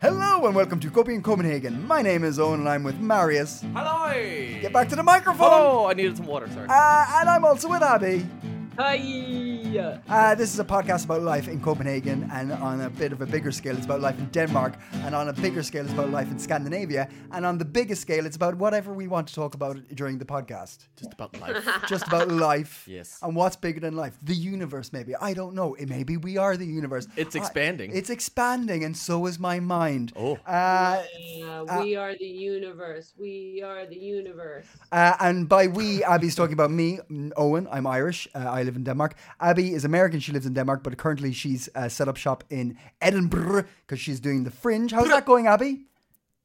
Hello and welcome to Copy in Copenhagen. My name is Owen and I'm with Marius. Hello! Get back to the microphone! Oh, I needed some water, sorry. Uh, and I'm also with Abby. Hi! Uh, this is a podcast about life in Copenhagen, and on a bit of a bigger scale, it's about life in Denmark, and on a bigger scale, it's about life in Scandinavia, and on the biggest scale, it's about whatever we want to talk about during the podcast. Just about life. Just about life. Yes. And what's bigger than life? The universe, maybe. I don't know. It, maybe we are the universe. It's I- expanding. it's expanding, and so is my mind. Oh. Uh, Yeah, we are the universe. We are the universe. Uh, and by we, Abby's talking about me, mm, Owen. I'm Irish. Uh, I live in Denmark. Abby is American. She lives in Denmark, but currently she's uh, set up shop in Edinburgh because she's doing the Fringe. How's that going, Abby?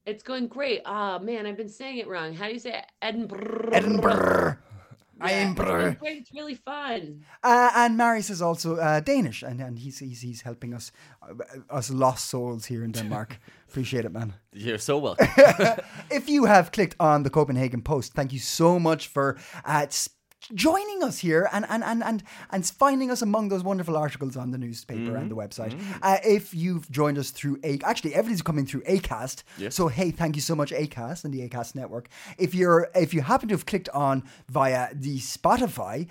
It's going great. Ah, man, I've been saying it wrong. How do you say it? Edinburgh? Edinburgh. Yeah, it's been Edinburgh. great. It's really fun. Uh, and Marius is also uh, Danish, and, and he's, he's he's helping us uh, us lost souls here in Denmark. Appreciate it, man. You're so welcome. If you have clicked on the Copenhagen Post, thank you so much for uh, s- joining us here and, and, and, and, and finding us among those wonderful articles on the newspaper and the Mm-hmm. website. Uh, if you've joined us through A, actually everything's coming through Acast. So hey, thank you so much, Acast and the Acast network. If you're if you happen to have clicked on via the Spotify.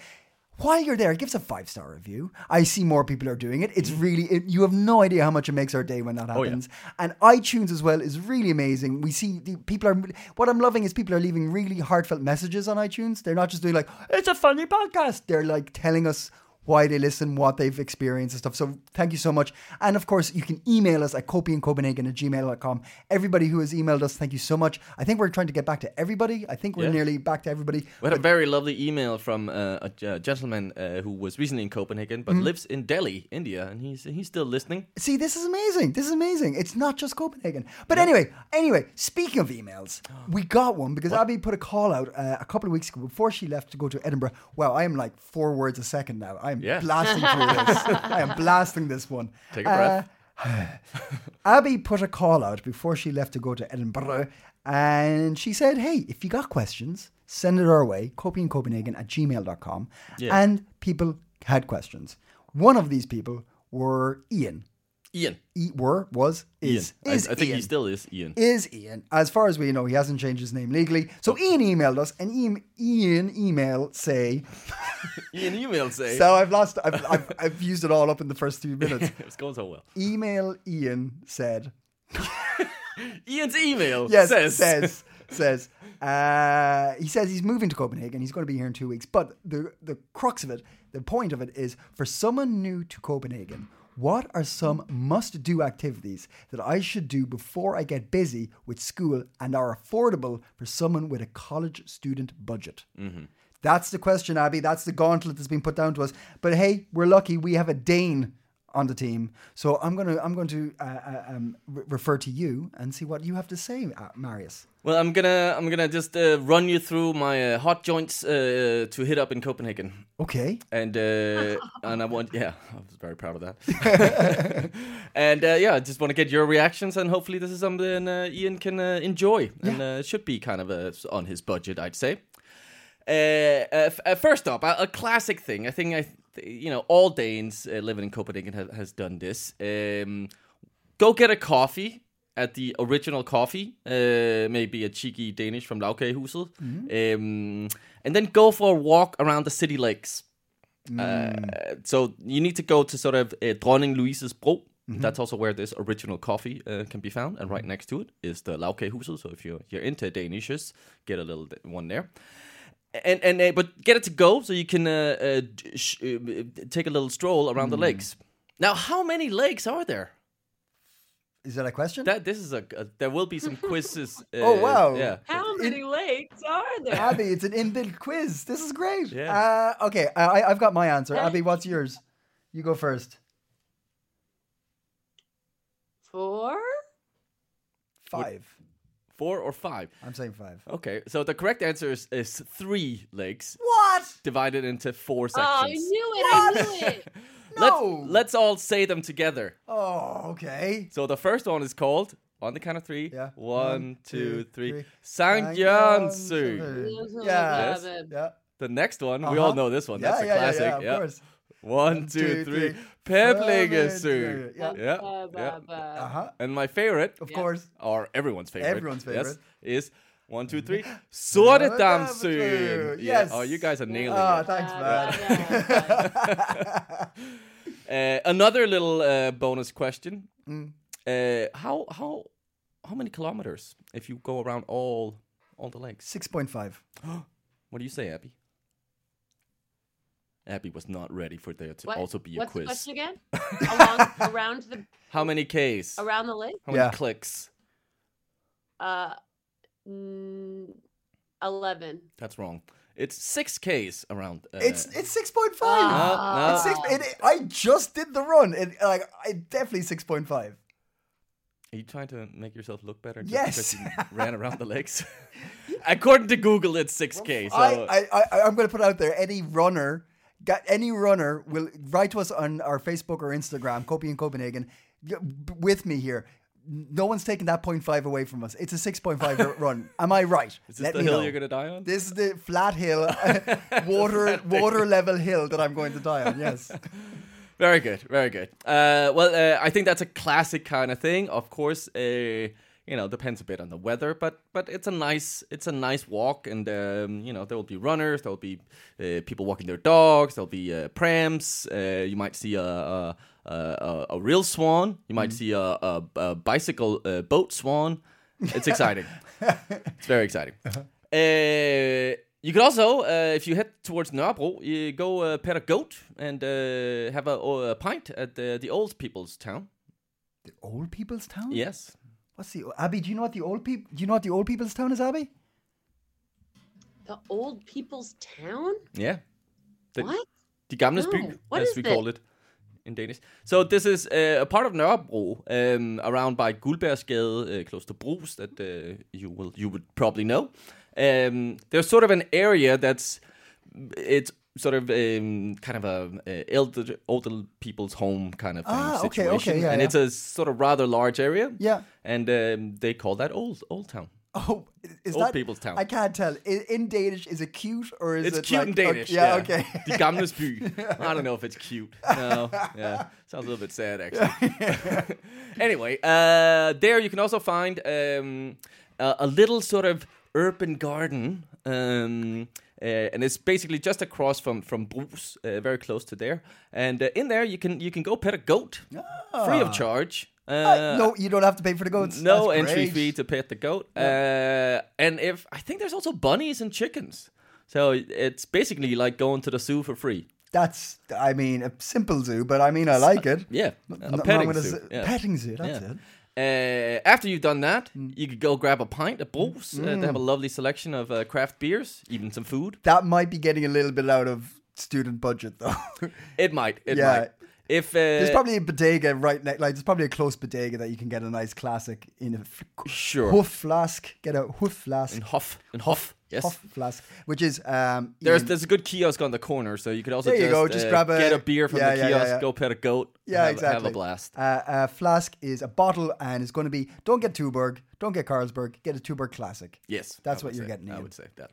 While you're there, give us a five star review. I see more people are doing it. It's really, it, you have no idea how much it makes our day when that Mm. Oh, yeah. happens and iTunes as well is really amazing. We see the people are what I'm loving is people are leaving really heartfelt messages on iTunes. They're not just doing like it's a funny podcast. They're like telling us why they listen, what they've experienced and stuff. So thank you so much. And of course you can email us at copyincopenhagen at gmail.com. Everybody who has emailed us, thank you so much. I think we're trying to get back to everybody. I think we're Yeah. nearly back to everybody. we had a very lovely email from uh, a ge- gentleman uh, who was recently in Copenhagen, Mm-hmm. but lives in Delhi, India, and he's he's still listening. See, this is amazing. This is amazing. It's not just Copenhagen. But anyway, anyway, speaking of emails, we got one because Abby put a call out uh, a couple of weeks ago before she left to go to Edinburgh. Wow, I am like four words a second now. I am Yeah. blasting through this. I am blasting this one. Uh, Take a breath. Abby put a call out before she left to go to Edinburgh, and she said, Hey, if you got questions, send it our way, copyincopenhagen at gmail.com. Yeah. And people had questions. One of these people were Ian. Ian. E- were, was, is. Ian. Is I, I think Ian. he still is Ian. Is Ian. As far as we know, he hasn't changed his name legally. Oh. So Ian emailed us, and Ian, Ian email say. Ian email say. So I've lost. I've, I've, I've used it all up in the first three minutes. it's going so well. email Ian said. Ian's email Yes, says. says says. Uh, he says he's moving to Copenhagen. He's going to be here in two weeks. But the the crux of it, the point of it is, for someone new to Copenhagen, what are some must do activities that I should do before I get busy with school and are affordable for someone with a college student budget? That's the question, Abby. That's the gauntlet that's been put down to us. But hey, we're lucky we have a Dane on the team. So I'm gonna I'm going to uh, uh, um, re- refer to you and see what you have to say, uh, Marius. Well, I'm gonna I'm gonna just uh, run you through my uh, hot joints uh, to hit up in Copenhagen. Okay. and uh, and I want yeah, I was very proud of that. and uh, yeah, I just want to get your reactions, and hopefully this is something uh, Ian can uh, enjoy, and uh, it should be kind of uh, on his budget, I'd say. Uh, uh, f- uh, first up, a, a classic thing. I think I, th- you know, all Danes uh, living in Copenhagen ha- has done this. Um, go get a coffee at the original coffee, uh, maybe a cheeky Danish from Laukahuset, um, and then go for a walk around the city lakes. Uh, so you need to go to sort of uh, Dronning Louise's Bro. Mm-hmm. That's also where this original coffee uh, can be found, and right next to it is the Laukehuset. So if you're you're into Danishes, get a little d- one there, and and uh, but get it to go so you can uh, uh, d- sh- uh, take a little stroll around Mm. the lakes. Now, how many lakes are there? Is that a question? That this is a, a- there will be some quizzes. Uh, Oh, wow. Yeah, How many lakes are there? Abby, it's an inbuilt quiz. This is great. Yeah. Uh, okay, I, I- I've got my answer. Abby, what's yours? You go first. four? Five. Four or five? I'm saying five. Okay, so the correct answer is, is three legs What? divided into four Oh, I sections. knew it. I knew it. No! Let's, let's all say them together. Oh, okay. So the first one is called, on the count of three, Yeah. one, two, three. Sangyangsu. Sangyangsu. Yes. Yes. Yeah. The next one, we Uh-huh. all know this one. That's a yeah, classic. Yeah, yeah, of course. One, two, three. Peplingasu. Yeah. Yeah. Ba, ba, yeah. ba. Uh huh. And my favorite, Of course. or everyone's favorite, Everyone's favorite. yes, is one, two, three. Soretamsu. Soretamsu. Yeah. Yes. Oh, you guys are nailing Oh, it. thanks, Ba, man. ba, ba. Uh, another little uh, bonus question: Mm. uh, How how how many kilometers if you go around all all the lakes? Six point five. What do you say, Abby? Abby was not ready for there to What- also be a What's quiz. the question again? Along, around the How many Ks? around the lake? How many Yeah. clicks? Uh, mm, eleven. That's wrong. It's six Ks around. Uh, It's it's six point five. no, It's six. It, it- I just did the run. It like I definitely six point five. Are you trying to make yourself look better? just Yes. Because you ran around the lakes. According to Google, it's six k. So I, I, I I'm going to put out there any runner, got any runner will write to us on our Facebook or Instagram, Copy in Copenhagen, g- b- with me here. No one's taking that 0.5 away from us. It's a 6.5 r- run. Am I right? is this the hill you're gonna die on? This is the flat hill, water water level hill that I'm going to die on. Yes. Very good, very good. Uh, well, uh, I think that's a classic kind of thing. Of course, uh, you know, depends a bit on the weather, but but it's a nice it's a nice walk, and um, you know, there will be runners, there will be uh, people walking their dogs, there'll be uh, prams. Uh, you might see a a, a, a- a real swan. You might see a, a, a bicycle uh, boat swan. It's exciting. it's very exciting. Uh, you could also, uh, if you head towards Nørrebro, you go uh, pet a goat and uh, have a, or a pint at the, the old people's town. The old people's town? Yes. What's the Abby? Do you know what the old people? Do you know what the old people's town is, Abby? The old people's town? Yeah. The, What? De gamle No, by, what as is we that? call it in Danish. So this is uh, a part of Nørrebro, um, around by Guldbergsgade, uh, close to Bruce, that uh, you will you would probably know. Um, there's sort of an area that's it's sort of um, kind of a, a elder older people's home kind of thing Ah, okay, situation, okay, yeah, and yeah. it's a sort of rather large area. Yeah. and um, they call that old old town. Oh, is Old that people's town. I can't tell. I in Danish, is it cute or is It's it cute like, in Danish. Okay, yeah, okay. The gamle's by. I don't know if it's cute. No, yeah, sounds a little bit sad actually. anyway, uh, there you can also find um, a, a little sort of urban garden, um, uh, and it's basically just across from from Bruce, uh, very close to there. And uh, in there you can you can go pet a goat, free of charge. Uh, Ah. no, you don't have to pay for the goats. no That's entry great. fee to pet the goat. Uh, and if I think there's also bunnies and chickens, so it's basically like going to the zoo for free. That's, I mean, a simple zoo, but I mean, I like it. Yeah, N- nothing a wrong petting with a zoo. zoo- Yeah. Petting zoo. That's Yeah. it. Mm. Uh, after you've done that, you could go grab a pint at Bruce. Uh, they have a lovely selection of uh, craft beers, even some food. That might be getting a little bit out of student budget, though. It might, it Yeah. might. If uh, there's probably a bodega right next. Like, there's probably a close bodega that you can get a nice classic in a f- Sure. hoof flask. Get a hoof flask. in Hof, in Hof, yes. Hoof flask, which is um, There's Ian- there's a good kiosk on the corner, so you could also There you just, go, just uh, grab a- get a beer from Yeah, the yeah, yeah, kiosk, yeah. go pet a goat, Yeah, have, exactly. have a blast. Uh, a flask is a bottle, and it's going to be don't get Tuborg, don't get Carlsberg, get a Tuborg Classic. Yes, that's I what would you're say- getting. I Ian. would say that.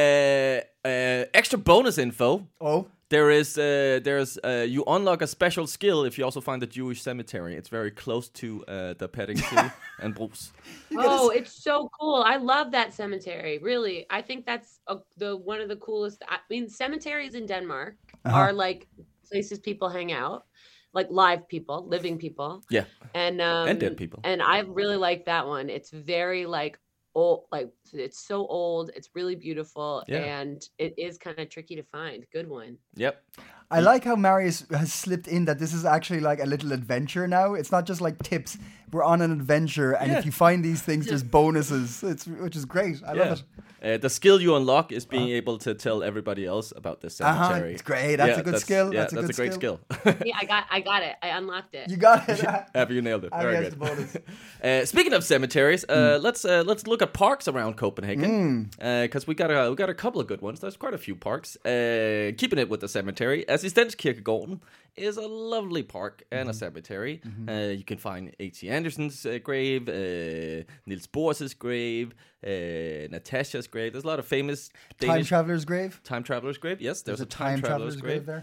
Uh, uh, extra bonus info. Oh, There is, uh, there's, uh, you unlock a special skill if you also find the Jewish cemetery. It's very close to uh, the petting zoo and Bruce. Oh, it's so cool. I love that cemetery. Really, I think that's a, the one of the coolest. I mean, cemeteries in Denmark Uh-huh. are like places people hang out, like live people, living people, Yeah, and um, And dead people. And I really like that one. It's very like old, like it's so old. It's really beautiful, Yeah. and it is kind of tricky to find. Good one. yep. I like how Marius has slipped in that this is actually like a little adventure now. It's not just like tips. we're on an adventure, and if Yeah. you find these things, there's bonuses. It's which is great. I love it. Uh, the skill you unlock is being able to tell everybody else about this Uh-huh, cemetery. it's great. That's a good skill. Yeah, That's a good great skill. skill. yeah, I got, I got it. I unlocked it. You got it. Have you nailed it? I Very guess the Hmm. good. bonus. Uh, speaking of cemeteries, uh, let's uh, let's look at parks around Hmm. Copenhagen because we got a we got a couple of good ones. There's quite a few parks. Uh, keeping it with the cemetery, Assistenskirkegården is a lovely park and Mm-hmm. a cemetery. Uh, you can find A.T. Anderson's uh, grave, uh, Niels Bohr's grave, uh, Natasha's grave. There's a lot of famous Time Danish traveler's grave. Time traveler's grave. Yes, there's, There's a, time, traveler's, grave. there.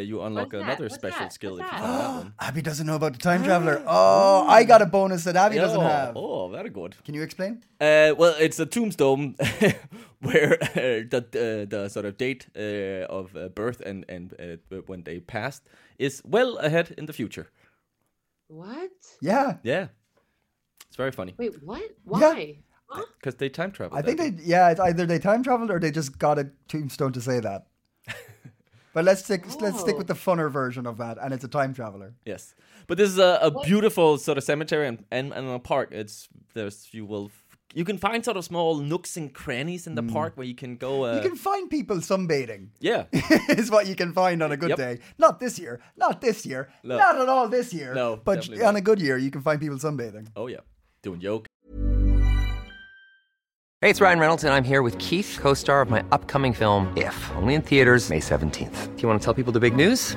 Uh, you unlock What's that? another What's special that? skill What's if you that? find that one. Oh, Abby doesn't know about the Ah. time traveler. Oh, I got a bonus that Abby doesn't oh, have. oh, very good. Can you explain? Uh, well, it's a tombstone where uh, the uh, the sort of date uh, of uh, birth and and uh, when they passed is well ahead in the future. What? Yeah. Yeah, it's very funny Wait, what? Why? Huh? because they time travel. I think they, yeah, it's either they time traveled or they just got a tombstone to say that. but let's stick, let's Oh. stick with the funner version of that, and it's a time traveler. Yes, but this is a, a beautiful sort of cemetery and, and, and a park. It's there's you will you can find sort of small nooks and crannies in the park where you can go. Uh, Mm. You can find people sunbathing. yeah, is what you can find on a good Yep. day. Not this year. Not this year. No. Not at all this year. No, But definitely on not. a good year, you can find people sunbathing. oh yeah, doing yoga. Hey, it's Ryan Reynolds, and I'm here with Keith, co star of my upcoming film, If, only in theaters, May 17th. Do you want to tell people the big news?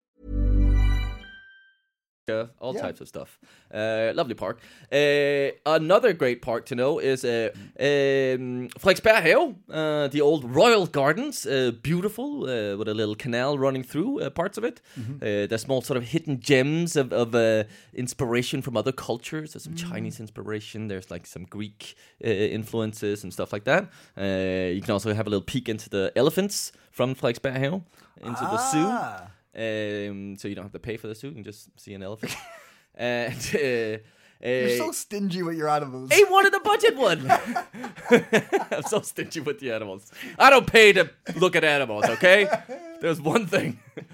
Yeah, all Yeah. types of stuff. Uh, lovely park. Uh, another great park to know is uh, um, Frederiksberg Have, uh, the old royal gardens, uh, beautiful uh, with a little canal running through uh, parts of it. Uh, there's small sort of hidden gems of, of uh, inspiration from other cultures. There's some Chinese inspiration. There's like some Greek uh, influences and stuff like that. Uh, you can also have a little peek into the elephants from Frederiksberg Have into the zoo. Ah. Um, so you don't have to pay for the suit; you can just see an elephant. and uh, You're uh, so stingy with your animals. he wanted a budget one. I'm so stingy with the animals. I don't pay to look at animals. Okay, there's one thing.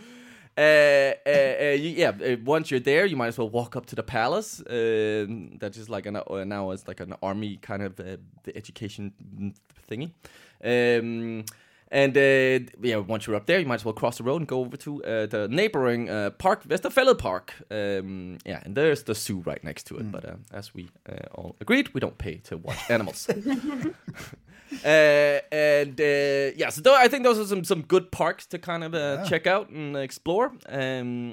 Uh, uh, uh, you, yeah. Uh, once you're there, you might as well walk up to the palace. Um that is like an uh, now it's like an army kind of uh, the education thingy. Um, and uh, yeah, once you're up there, you might as well cross the road and go over to uh, the neighboring uh, park, Vesterfællet Park. Um, yeah, and there's the zoo right next to it. But uh, as we uh, all agreed, we don't pay to watch animals. uh, and uh, yeah, so th- I think those are some some good parks to kind of uh, check out and explore. Um,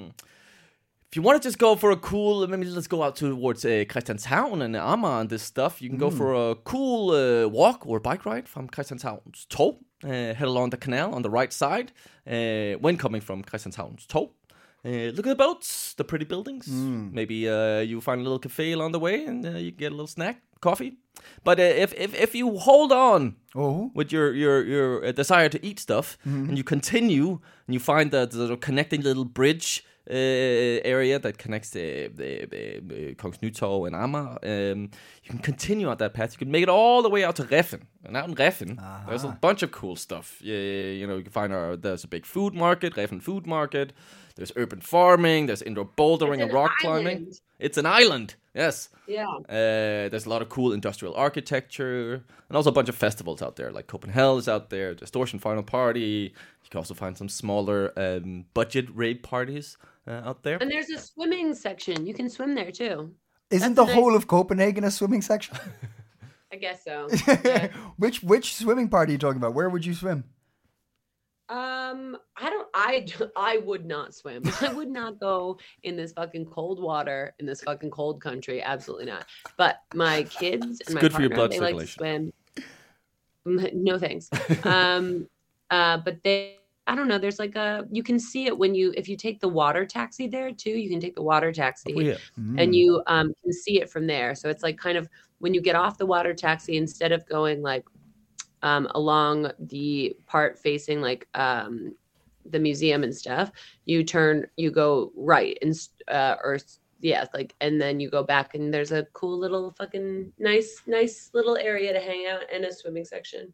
if you want to just go for a cool, maybe let's go out towards uh, Christianshavn and Amager and this stuff. You can go for a cool uh, walk or bike ride from Christianshavn's Toll, uh, head along the canal on the right side uh, when coming from Christianshavn's Toll. Uh, look at the boats, the pretty buildings. Maybe uh, you find a little cafe along the way and uh, you get a little snack, coffee. But uh, if, if if you hold on Oh. with your your your uh, desire to eat stuff, and you continue and you find the, the little connecting little bridge uh, area that connects the the, the, the Kongens Nytorv and Amager, um, you can continue on that path. You can make it all the way out to Reffen, and out in Reffen, there's a bunch of cool stuff. Yeah, you know, you can find our there's a big food market, Reffen food market. There's urban farming. There's indoor bouldering It's and an rock climbing. island. It's an island. Yes. Yeah. Uh, there's a lot of cool industrial architecture and also a bunch of festivals out there, like Copenhagen is out there, Distortion Final Party. You can also find some smaller um, budget rave parties uh, out there. And there's a swimming section. You can swim there too. Isn't the whole of Copenhagen a swimming section? I guess so. which which swimming part are you talking about? Where would you swim? Um, I don't. I I would not swim. I would not go in this fucking cold water in this fucking cold country. Absolutely not. But my kids and my good for your partner, blood they like to swim. Mm, No thanks. um, uh, but they. I don't know. There's like a you can see it when you if you take the water taxi there too. You can take the water taxi Oh, Hmm. Hmm. and you um, can see it from there. So it's like kind of when you get off the water taxi, instead of going like um, along the part facing like um, the museum and stuff, you turn, you go right and s- uh, or s- yeah, like and then you go back and there's a cool little fucking nice, nice little area to hang out and a swimming section.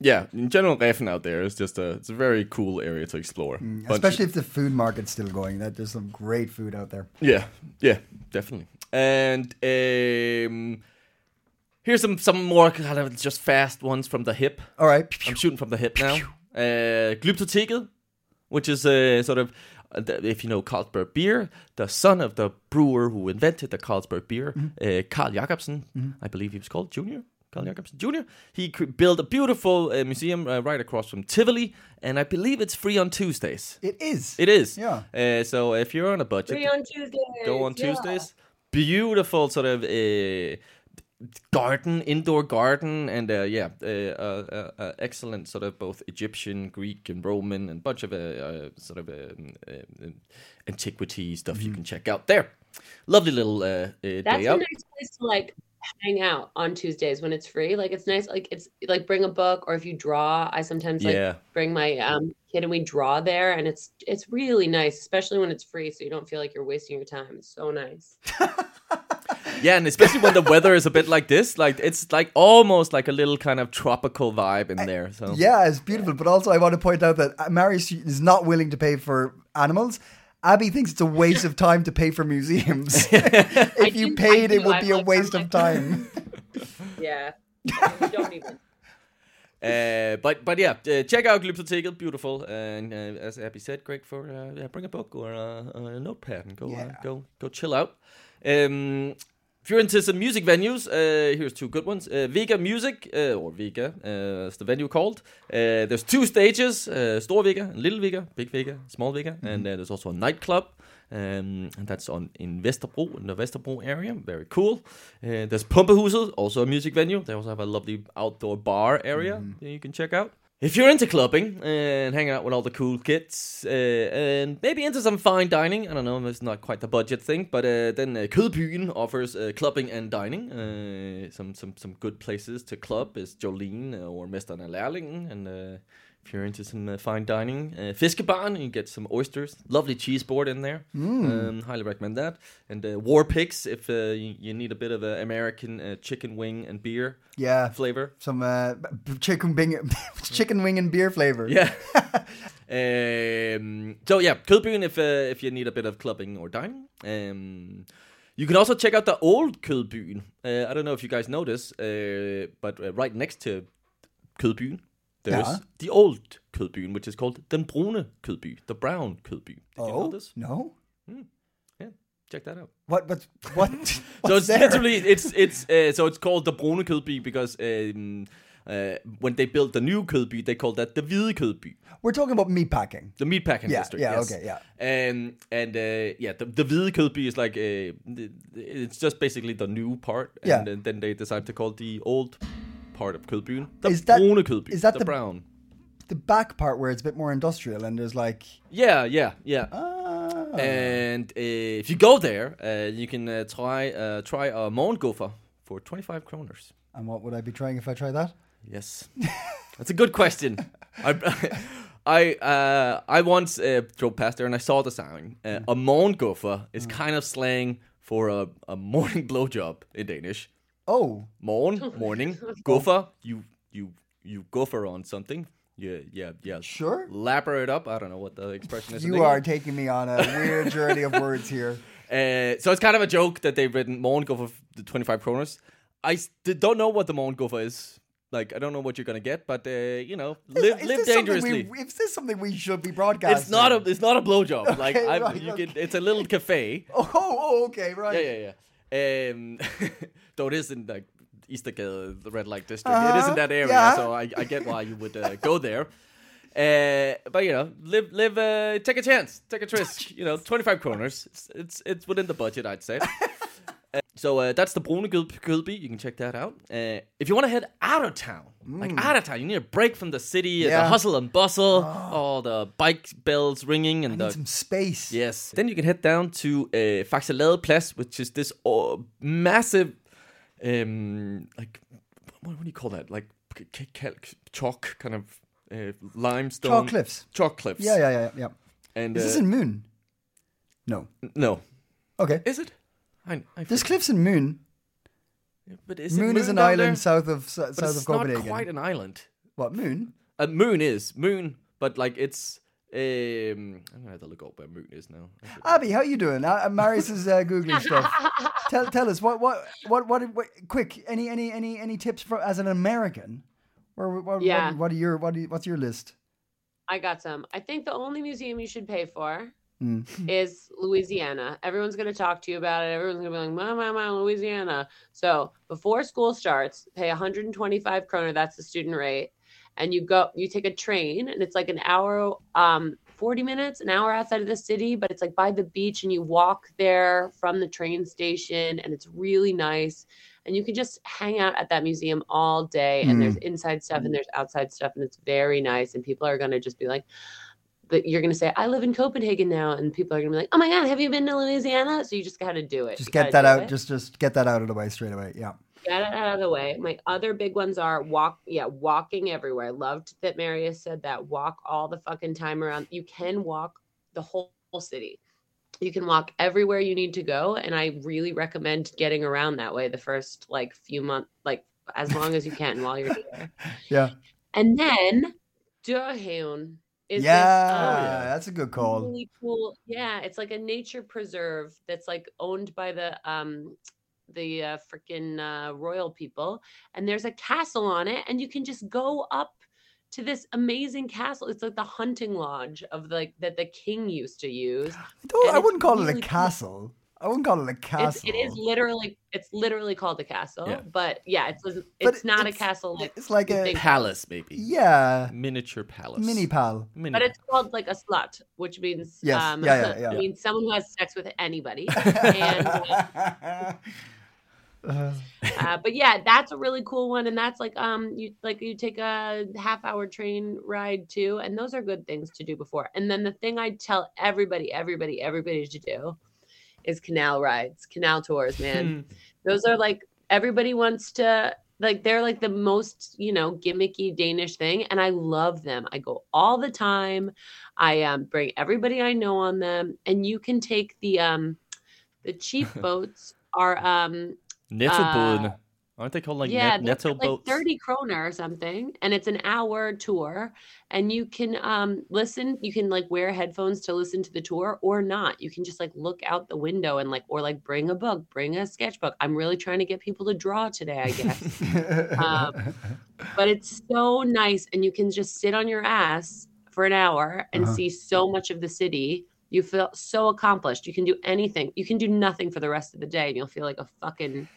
Yeah, in general, Reffen out there is just a it's a very cool area to explore. Bunch of- Especially if the food market's still going. That there's some great food out there. Yeah, yeah, definitely. And um, here's some some more kind of just fast ones from the hip. All right. I'm shooting from the hip now. Uh, Glyptoteket, which is a sort of, uh, the- if you know Carlsberg beer, the son of the brewer who invented the Carlsberg beer, Mm-hmm. uh, Carl Jacobsen, I believe he was called Junior. Carl Jacobsen Jr. He cr- built a beautiful uh, museum uh, right across from Tivoli, and I believe it's free on Tuesdays. It is. It is. Yeah. Uh, so if you're on a budget, Free on Tuesdays. go on yeah. Tuesdays. Beautiful sort of uh, garden, indoor garden, and uh, yeah, uh, uh, uh, uh, excellent sort of both Egyptian, Greek, and Roman, and bunch of uh, uh, sort of um, uh, antiquity stuff you can check out there. Lovely little uh, uh, That's day a out. nice place to like hang out on Tuesdays when it's free. Like it's nice, like it's like bring a book or if you draw, I sometimes like Yeah. bring my um kid and we draw there and it's it's really nice, especially when it's free so you don't feel like you're wasting your time. It's so nice. Yeah, and especially when the weather is a bit like this, like it's like almost like a little kind of tropical vibe in there. So Yeah, it's beautiful. But also, I want to point out that uh, Marius is not willing to pay for animals. Abby thinks it's a waste of time to pay for museums. I if do- you I paid, it do. would I be a like- waste of I'm like- time. Yeah. You don't even Uh, but but yeah, uh, check out Glyptoteket, beautiful, and uh, as Abby said, great for uh, yeah, bring a book or a, a notepad and go uh, go go chill out. Um, if you're into some music venues, uh, here's two good ones. Uh, Vega Music, uh, or Vega, uh, is the venue called. Uh, there's two stages, uh, Stor Vega, and Little Vega, Big Vega, Small Vega, and uh, there's also a nightclub. Um, and that's on in Vesterbro, in the Vesterbro area. Very cool. Uh, there's Pumpehuset, also a music venue. They also have a lovely outdoor bar area that you can check out. If you're into clubbing and hanging out with all the cool kids uh, and maybe into some fine dining, I don't know, it's not quite the budget thing, but uh, then uh, Kødbyen offers uh, clubbing and dining. Uh, some some some good places to club is Jolene uh, or Mesterne Lærlingen. And uh, if you're into some uh, fine dining, uh, Fiskebaren, you get some oysters, lovely cheese board in there. Um, highly recommend that. And uh, War Pigs, if uh, you, you need a bit of uh, American uh, chicken wing and beer Yeah. flavor. Some uh, b- chicken, bing- chicken wing and beer flavor. Yeah. um, so yeah, Kødbyen if uh, if you need a bit of clubbing or dining. Um, you can also check out the old Kødbyen. Uh, I don't know if you guys know this, uh, but uh, right next to Kødbyen, there's Yeah. the old Kødbyen, which is called Den Brune Kødby, the brown Kødby. Did you know Oh, this? no? Yeah, check that out. What? What? What? so what's it's there? literally it's it's uh, so it's called the Brune Kødby because um, uh, when they built the new Kødby, they called that the Hvide Kødby. We're talking about meatpacking. The meatpacking Yeah, district. yeah, yes. okay, yeah. And and uh, yeah, the, the Hvide Kødby is like uh, the- it's just basically the new part, and, Yeah. then- then they decide to call the old part of Kødbyen the Is that- Brune Kødby. is that the, the- brown? The back part where it's a bit more industrial and there's like. Yeah, yeah, yeah. Ah, And uh, if you go there, uh, you can uh, try uh, try a morgengafer for twenty five kroners. and what would I be trying if I tried that? Yes, that's a good question. I I uh, I once uh, drove past there and I saw the sign. Uh, Mm. a morgengofer is kind of slang for a, a morning blowjob in Danish. Oh, Morgen, morning, gofer. You you you gofer on something. Yeah, yeah, yeah. Sure. Lapper it up. I don't know what the expression is. in you are English. taking me on a weird journey of words here. Uh, so it's kind of a joke that they've written Morgengofer the 25 kroners. I s- d- don't know what the Morgengofer is. Like, I don't know what you're going to get, but, uh, you know, live, Is live this something dangerously. We, is this something we should be broadcasting? it's not a it's not a blowjob. like Okay, I, right, you okay. can, it's a little cafe. Oh, oh, oh, okay, right. Yeah, yeah, yeah. Um, though it isn't like Eastergade, the red light district. It isn't that area, Uh-huh. yeah. so I, I get why you would uh, go there. Uh, but you know, live, live, uh, take a chance, take a risk. You know, twenty five kroners. It's, it's it's within the budget, I'd say. Uh, So uh, that's the Brune Kød- Kødby. You can check that out. Uh, if you want to head out of town, like out of town, you need a break from the city, uh the Mm. Yeah. Oh. hustle and bustle, all the bike bells ringing, and the Some space. Yes. Then you can head down to uh, Faxalade Plads, which is this uh, massive, um, like, what, what do you call that? Like c- c- calc- chalk kind of uh, limestone Chalk cliffs. Chalk cliffs. Yeah, yeah, yeah, yeah. And Is uh, this in Moon? No. no, Okay. is it? I, I There's cliffs in Moon. but is it moon is an down island there? south of so- But south it's of Copenhagen. not quite an island. What Moon? Uh, moon is moon, but like it's um. I'm gonna have to look up where moon is now. I should- Abby, how you doing? Uh, uh, Marius is uh, googling stuff. tell tell us what what what what, what quick any any any any tips for as an American? Where what, what, Yeah. what are your what are, what's your list? I got some. I think the only museum you should pay for is Louisiana. Everyone's going to talk to you about it. Everyone's going to be like, my, my, my, Louisiana. So before school starts, pay 125 kroner. That's the student rate. And you go, you take a train and it's like an hour, um, 40 minutes, an hour outside of the city, but it's like by the beach and you walk there from the train station and it's really nice. And you can just hang out at that museum all day. And there's inside stuff and there's outside stuff and it's very nice. And people are going to just be like, but you're going to say, I live in Copenhagen now. And people are going to be like, oh my God, have you been to Louisiana? So you just got to do it. Just You get gotta that uh, do out. it. Just just get that out of the way straight away. Yeah. Got it out of the way. My other big ones are walk, yeah, walking everywhere. I loved that Marius said that. Walk all the fucking time around. You can walk the whole city. You can walk everywhere you need to go. And I really recommend getting around that way the first like few months, like as long as you can while you're there. Yeah. And then Durham is this, yeah, um, that's a good call. Really cool. Yeah, it's like a nature preserve that's like owned by the um the uh, freaking uh, royal people, and there's a castle on it, and you can just go up to this amazing castle. It's like the hunting lodge of like that the king used to use. Oh, and I it's wouldn't call it really a cool. castle. I wouldn't call it a castle. It's, it is literally it's literally called a castle, Yeah. but yeah, it's it's But not it's- a castle. Like, It's like you a think. palace maybe. yeah Miniature palace. mini pal. Mini. but it's called like a slut, which means Yes. um, Yeah, yeah, yeah. it means someone who has sex with anybody. and uh, uh, but yeah, that's a really cool one, and that's like um you like you take a half hour train ride too, and those are good things to do before. And then the thing I tell everybody, everybody, everybody to do is canal rides, canal tours, man. those are like everybody wants to like they're like the most you know gimmicky danish thing and i love them i go all the time i um, bring everybody i know on them and you can take the um the cheap boats are um Nettleboden. Aren't they called like yeah, net, they're nettle like boats? thirty kroner or something, and it's an hour tour, and you can um listen. You can like wear headphones to listen to the tour, or not. You can just like look out the window and like, or like bring a book, bring a sketchbook. I'm really trying to get people to draw today, I guess. um, but it's so nice, and you can just sit on your ass for an hour and Uh-huh. see so much of the city. You feel so accomplished. You can do anything. You can do nothing for the rest of the day, and you'll feel like a fucking.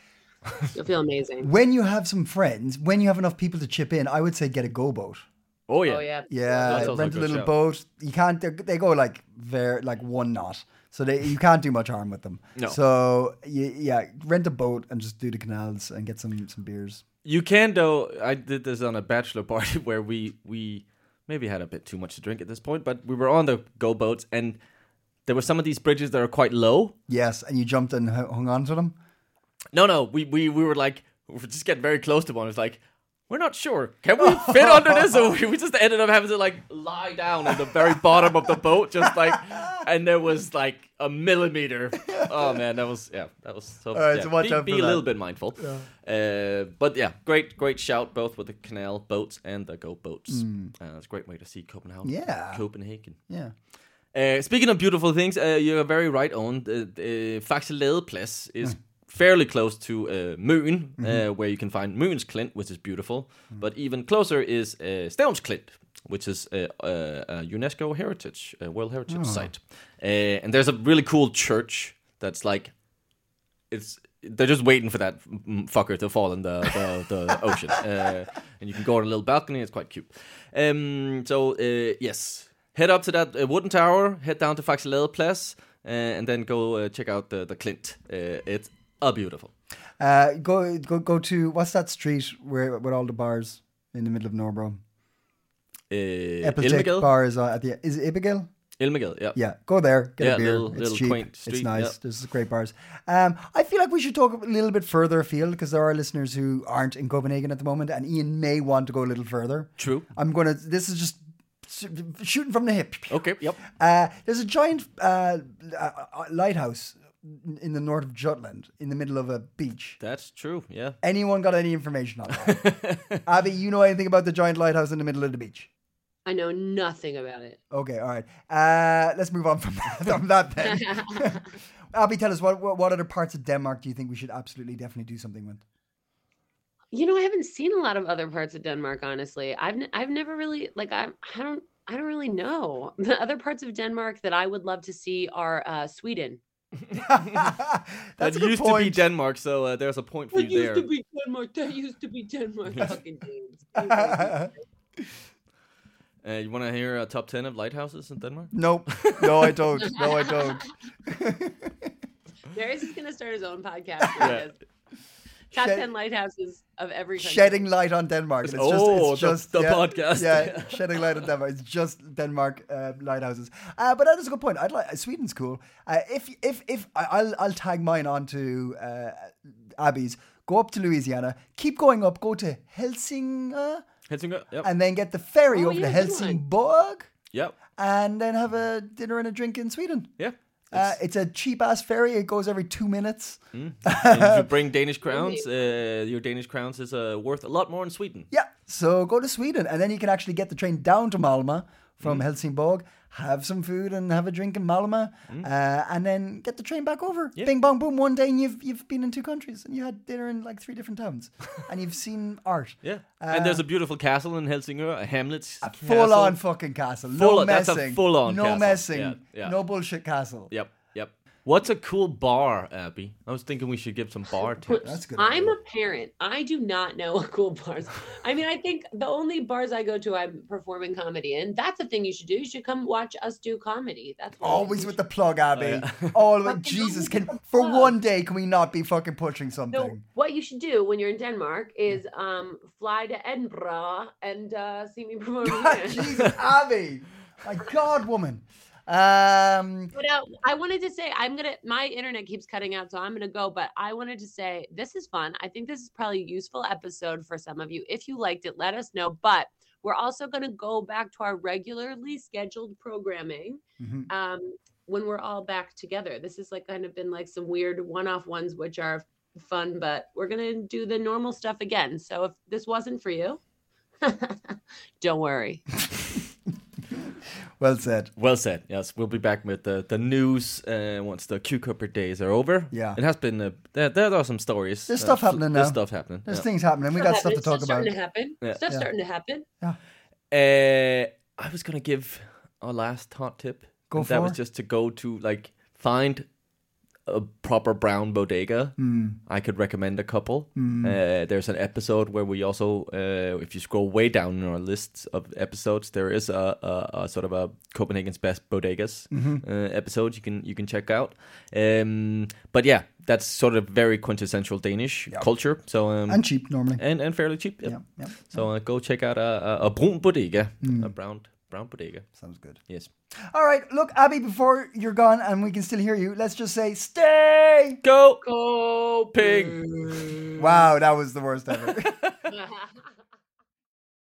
You'll feel amazing. When you have some friends, when you have enough people to chip in, I would say get a go boat. Oh yeah. Oh yeah. Yeah, That's also rent a a good little shout. boat. You can't. They they go like very like one knot, so they you can't do much harm with them. No. So you, yeah, rent a boat and just do the canals and get some some beers. You can though. I did this on a bachelor party where we we maybe had a bit too much to drink at this point, but we were on the go boats and there were some of these bridges that are quite low. Yes, and you jumped and hu- hung on to them. No, no, we we we were like we were just getting very close to one. It's like we're not sure. Can we fit under this? So we just ended up having to like lie down at the very bottom of the boat, just like, and there was like a millimeter. Oh man, that was yeah, that was so. right, yeah. so watch be, out be for a little that. bit mindful. Uh, but yeah, great, great shout both with the canal boats and the go boats. Uh, it's a great way to see Copenhagen. Mm. Yeah. Copenhagen. Yeah. Uh, speaking of beautiful things, uh, you're very right on. Uh, uh, Faxe Ladeplads is fairly close to uh, Moon, uh, where you can find Moon's Clint, which is beautiful. But even closer is uh, Stones Clint, which is uh, uh, a UNESCO heritage, uh, World Heritage Site. Uh, and there's a really cool church that's like, it's they're just waiting for that m- fucker to fall in the the, the ocean. Uh, and you can go on a little balcony. It's quite cute. Um, so uh, yes, head up to that uh, wooden tower. Head down to Faxelade Place, uh, and then go uh, check out the the Clint. Uh, it's a beautiful. Uh, go go go to what's that street where with all the bars in the middle of Norbro? Uh, Applejack Elmegade? Bar is uh, at the is it Abigail? Ilmagill, yeah. Yeah, go there, get Yeah, a beer. little- it's little cheap. quaint it's street, nice. yeah. There's great bars. Um, I feel like we should talk a little bit further afield because there are listeners who aren't in Copenhagen at the moment, and Ian may want to go a little further. True. I'm gonna. This is just s- shooting from the hip. Okay, yep. Uh, there's a giant uh, uh, uh, lighthouse in the north of Jutland, in the middle of a beach. That's true, yeah. Anyone got any information on that? Abby, you know anything about the giant lighthouse in the middle of the beach? I know nothing about it. Okay, all right. Uh, let's move on from that. From that then. Abby, tell us what, what what other parts of Denmark do you think we should absolutely definitely do something with? You know, I haven't seen a lot of other parts of Denmark, honestly. I've n- I've never really like I I don't I don't really know. The other parts of Denmark that I would love to see are uh, Sweden. That's a that good used point. to be Denmark, so uh, there's a point for That you used there. to be Denmark. That used to be Denmark. Fucking Danes. Uh, you want to hear a top 10 of lighthouses in Denmark? nope. No, I don't. No, I don't. Darius is gonna start his own podcast. Yeah. Top Shed- ten lighthouses of every country. Shedding light on Denmark. and It's just, Oh, it's the- just the yeah, podcast. Yeah, shedding light on Denmark. It's just Denmark uh, lighthouses. Uh, but that is a good point. I'd like Sweden's cool. Uh, if if if I, I'll I'll tag mine onto uh, Abby's. Go up to Louisiana. Keep going up. Go to Helsinki. Helsingør, yep. and then get the ferry Oh, over yeah, to good one. Helsingborg yep. and then have a dinner and a drink in Sweden. Yeah. Uh, it's a cheap ass ferry. It goes every two minutes. And if you bring Danish crowns, uh, your Danish crowns is uh, worth a lot more in Sweden. Yeah. So go to Sweden and then you can actually get the train down to Malmö Mm. from Helsingborg, have some food and have a drink in Malmö, Mm. uh, and then get the train back over. Bing, bong, boom. One day and you've, you've been in two countries and you had dinner in like three different towns and you've seen art. Yeah. and there's a beautiful castle in Helsingør, a Hamlet's Uh, Full on fucking castle. no Full on- that's messing. a full-on No castle. messing. Yeah, yeah. No bullshit castle. Yep, yep. What's a cool bar, Abby? I was thinking we should give some bar tips. That's a good. I'm a parent. I do not know what cool bars. I mean, I think the only bars I go to, I'm performing comedy in. That's a thing you should do. You should come watch us do comedy. That's what I think Always you with should the plug, Oh, Abby. Always. Fucking Jesus, always can with the for plug. one day can we not be fucking pushing do. So something? what you should do when you're in Denmark is um, fly to Edinburgh and uh, see me perform. again. Jesus, Abby, my God, woman. Um, But uh, I wanted to say I'm gonna. My internet keeps cutting out, so I'm gonna go. But I wanted to say this is fun. I think this is probably a useful episode for some of you. If you liked it, let us know. But we're also gonna go back to our regularly scheduled programming Mhm. um, when we're all back together. This has like kind of been like some weird one-off ones, which are fun. But we're gonna do the normal stuff again. So if this wasn't for you, don't worry. well said. Well said. Yes, we'll be back with the the news uh, once the cucumber days are over. Yeah. it has been. Uh, there, there are some stories. There's uh, stuff fl- happening There's now. stuff happening. There's yeah. things happening. We got stuff to Happening. talk Stuff's about. Starting to happen. Yeah. Stuff's Yeah. starting to happen. Uh, I was gonna give a last hot tip. Go and That was for it. just to go to like find a proper brown bodega. Hmm. I could recommend a couple. Uh, there's an episode where we also, uh, if you scroll way down in our lists of episodes, there is a, a, a sort of a Copenhagen's best bodegas Mm-hmm. uh, episode you can you can check out. Um, but yeah, that's sort of very quintessential Danish culture. So um, And cheap normally. and and fairly cheap. Yep. Mm. Yeah, yeah. So uh, go check out a, a, a brun bodega, a brown brown bodega. Sounds good. Yes. All right, look, Abby. Before you're gone, and we can still hear you. Let's just say, stay. Go Go pig. Wow, that was the worst ever.